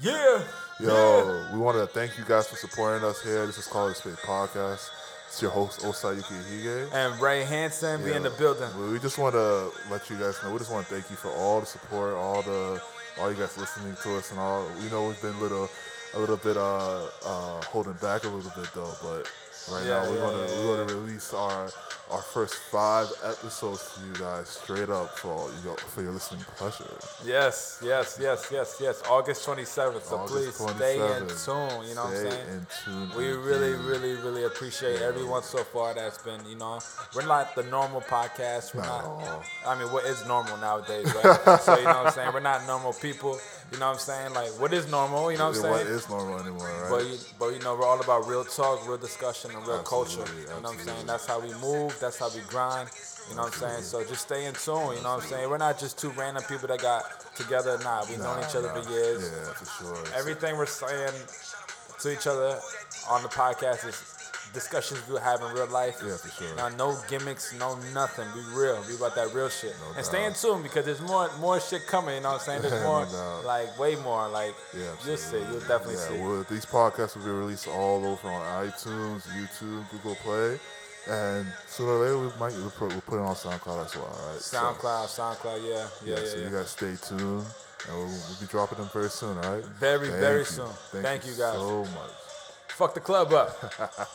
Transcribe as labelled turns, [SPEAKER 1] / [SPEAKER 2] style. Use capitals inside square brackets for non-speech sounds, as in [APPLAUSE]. [SPEAKER 1] Yeah.
[SPEAKER 2] Yo, we wanted to thank you guys for supporting us here. This is Call It Spade Podcast. It's your host, Osayuki Hige.
[SPEAKER 1] And Ray Hansen be in the building.
[SPEAKER 2] We- We just want to let you guys know. We just want to thank you for all the support, all the, all you guys listening to us, and all. We know we've been little, a little bit uh, uh holding back a little bit though, but right
[SPEAKER 1] Yeah,
[SPEAKER 2] now we're
[SPEAKER 1] yeah,
[SPEAKER 2] gonna
[SPEAKER 1] yeah,
[SPEAKER 2] we're gonna release our our first five episodes for you guys straight up for all you go, for your listening pleasure.
[SPEAKER 1] Yes, yes, yes, yes, yes. August 27th. So please
[SPEAKER 2] August
[SPEAKER 1] stay in
[SPEAKER 2] 27th.
[SPEAKER 1] tune. You know what
[SPEAKER 2] Stay
[SPEAKER 1] I'm saying?
[SPEAKER 2] in tune.
[SPEAKER 1] We really,
[SPEAKER 2] indeed.
[SPEAKER 1] really, really appreciate everyone so far that's been, you know, we're not the normal podcast. We're
[SPEAKER 2] Not
[SPEAKER 1] not,
[SPEAKER 2] at all.
[SPEAKER 1] I mean, what is normal nowadays, right? so, you know what I'm saying? We're not normal people. You know what I'm saying? Like, what is normal? You know what I'm
[SPEAKER 2] What
[SPEAKER 1] saying?
[SPEAKER 2] is normal anymore, right?
[SPEAKER 1] But you, but you know, we're all about real talk, real discussion, and real culture.
[SPEAKER 2] Absolutely,
[SPEAKER 1] You know what I'm
[SPEAKER 2] absolutely.
[SPEAKER 1] saying? That's how we move. That's how we grind. You know what I'm saying? So just stay in tune. You know what I'm saying? We're not just two random people that got together. Nah, we've known each other for years.
[SPEAKER 2] Yeah, for sure.
[SPEAKER 1] Everything we're saying to each other on the podcast is discussions we have in real life.
[SPEAKER 2] Yeah, for sure.
[SPEAKER 1] Now, no gimmicks, no nothing. Be real. Be about that real shit. and
[SPEAKER 2] doubt.
[SPEAKER 1] stay in tune because there's more more shit coming. You know what I'm saying? There's
[SPEAKER 2] [LAUGHS] No
[SPEAKER 1] more,
[SPEAKER 2] doubt.
[SPEAKER 1] like, way more. Like,
[SPEAKER 2] Yeah,
[SPEAKER 1] you'll see. You'll definitely
[SPEAKER 2] yeah,
[SPEAKER 1] see.
[SPEAKER 2] Well, these podcasts will be released all over on iTunes, YouTube, Google Play, and sooner or later we might we'll put, we'll put it on SoundCloud as well. All right. So,
[SPEAKER 1] SoundCloud, SoundCloud, yeah, yeah, yeah.
[SPEAKER 2] so
[SPEAKER 1] yeah.
[SPEAKER 2] you guys stay tuned, and we'll, we'll be dropping them very soon. All right.
[SPEAKER 1] Very,
[SPEAKER 2] Thank
[SPEAKER 1] very
[SPEAKER 2] you.
[SPEAKER 1] soon.
[SPEAKER 2] Thank,
[SPEAKER 1] Thank
[SPEAKER 2] you
[SPEAKER 1] you guys.
[SPEAKER 2] so much.
[SPEAKER 1] Fuck the club up.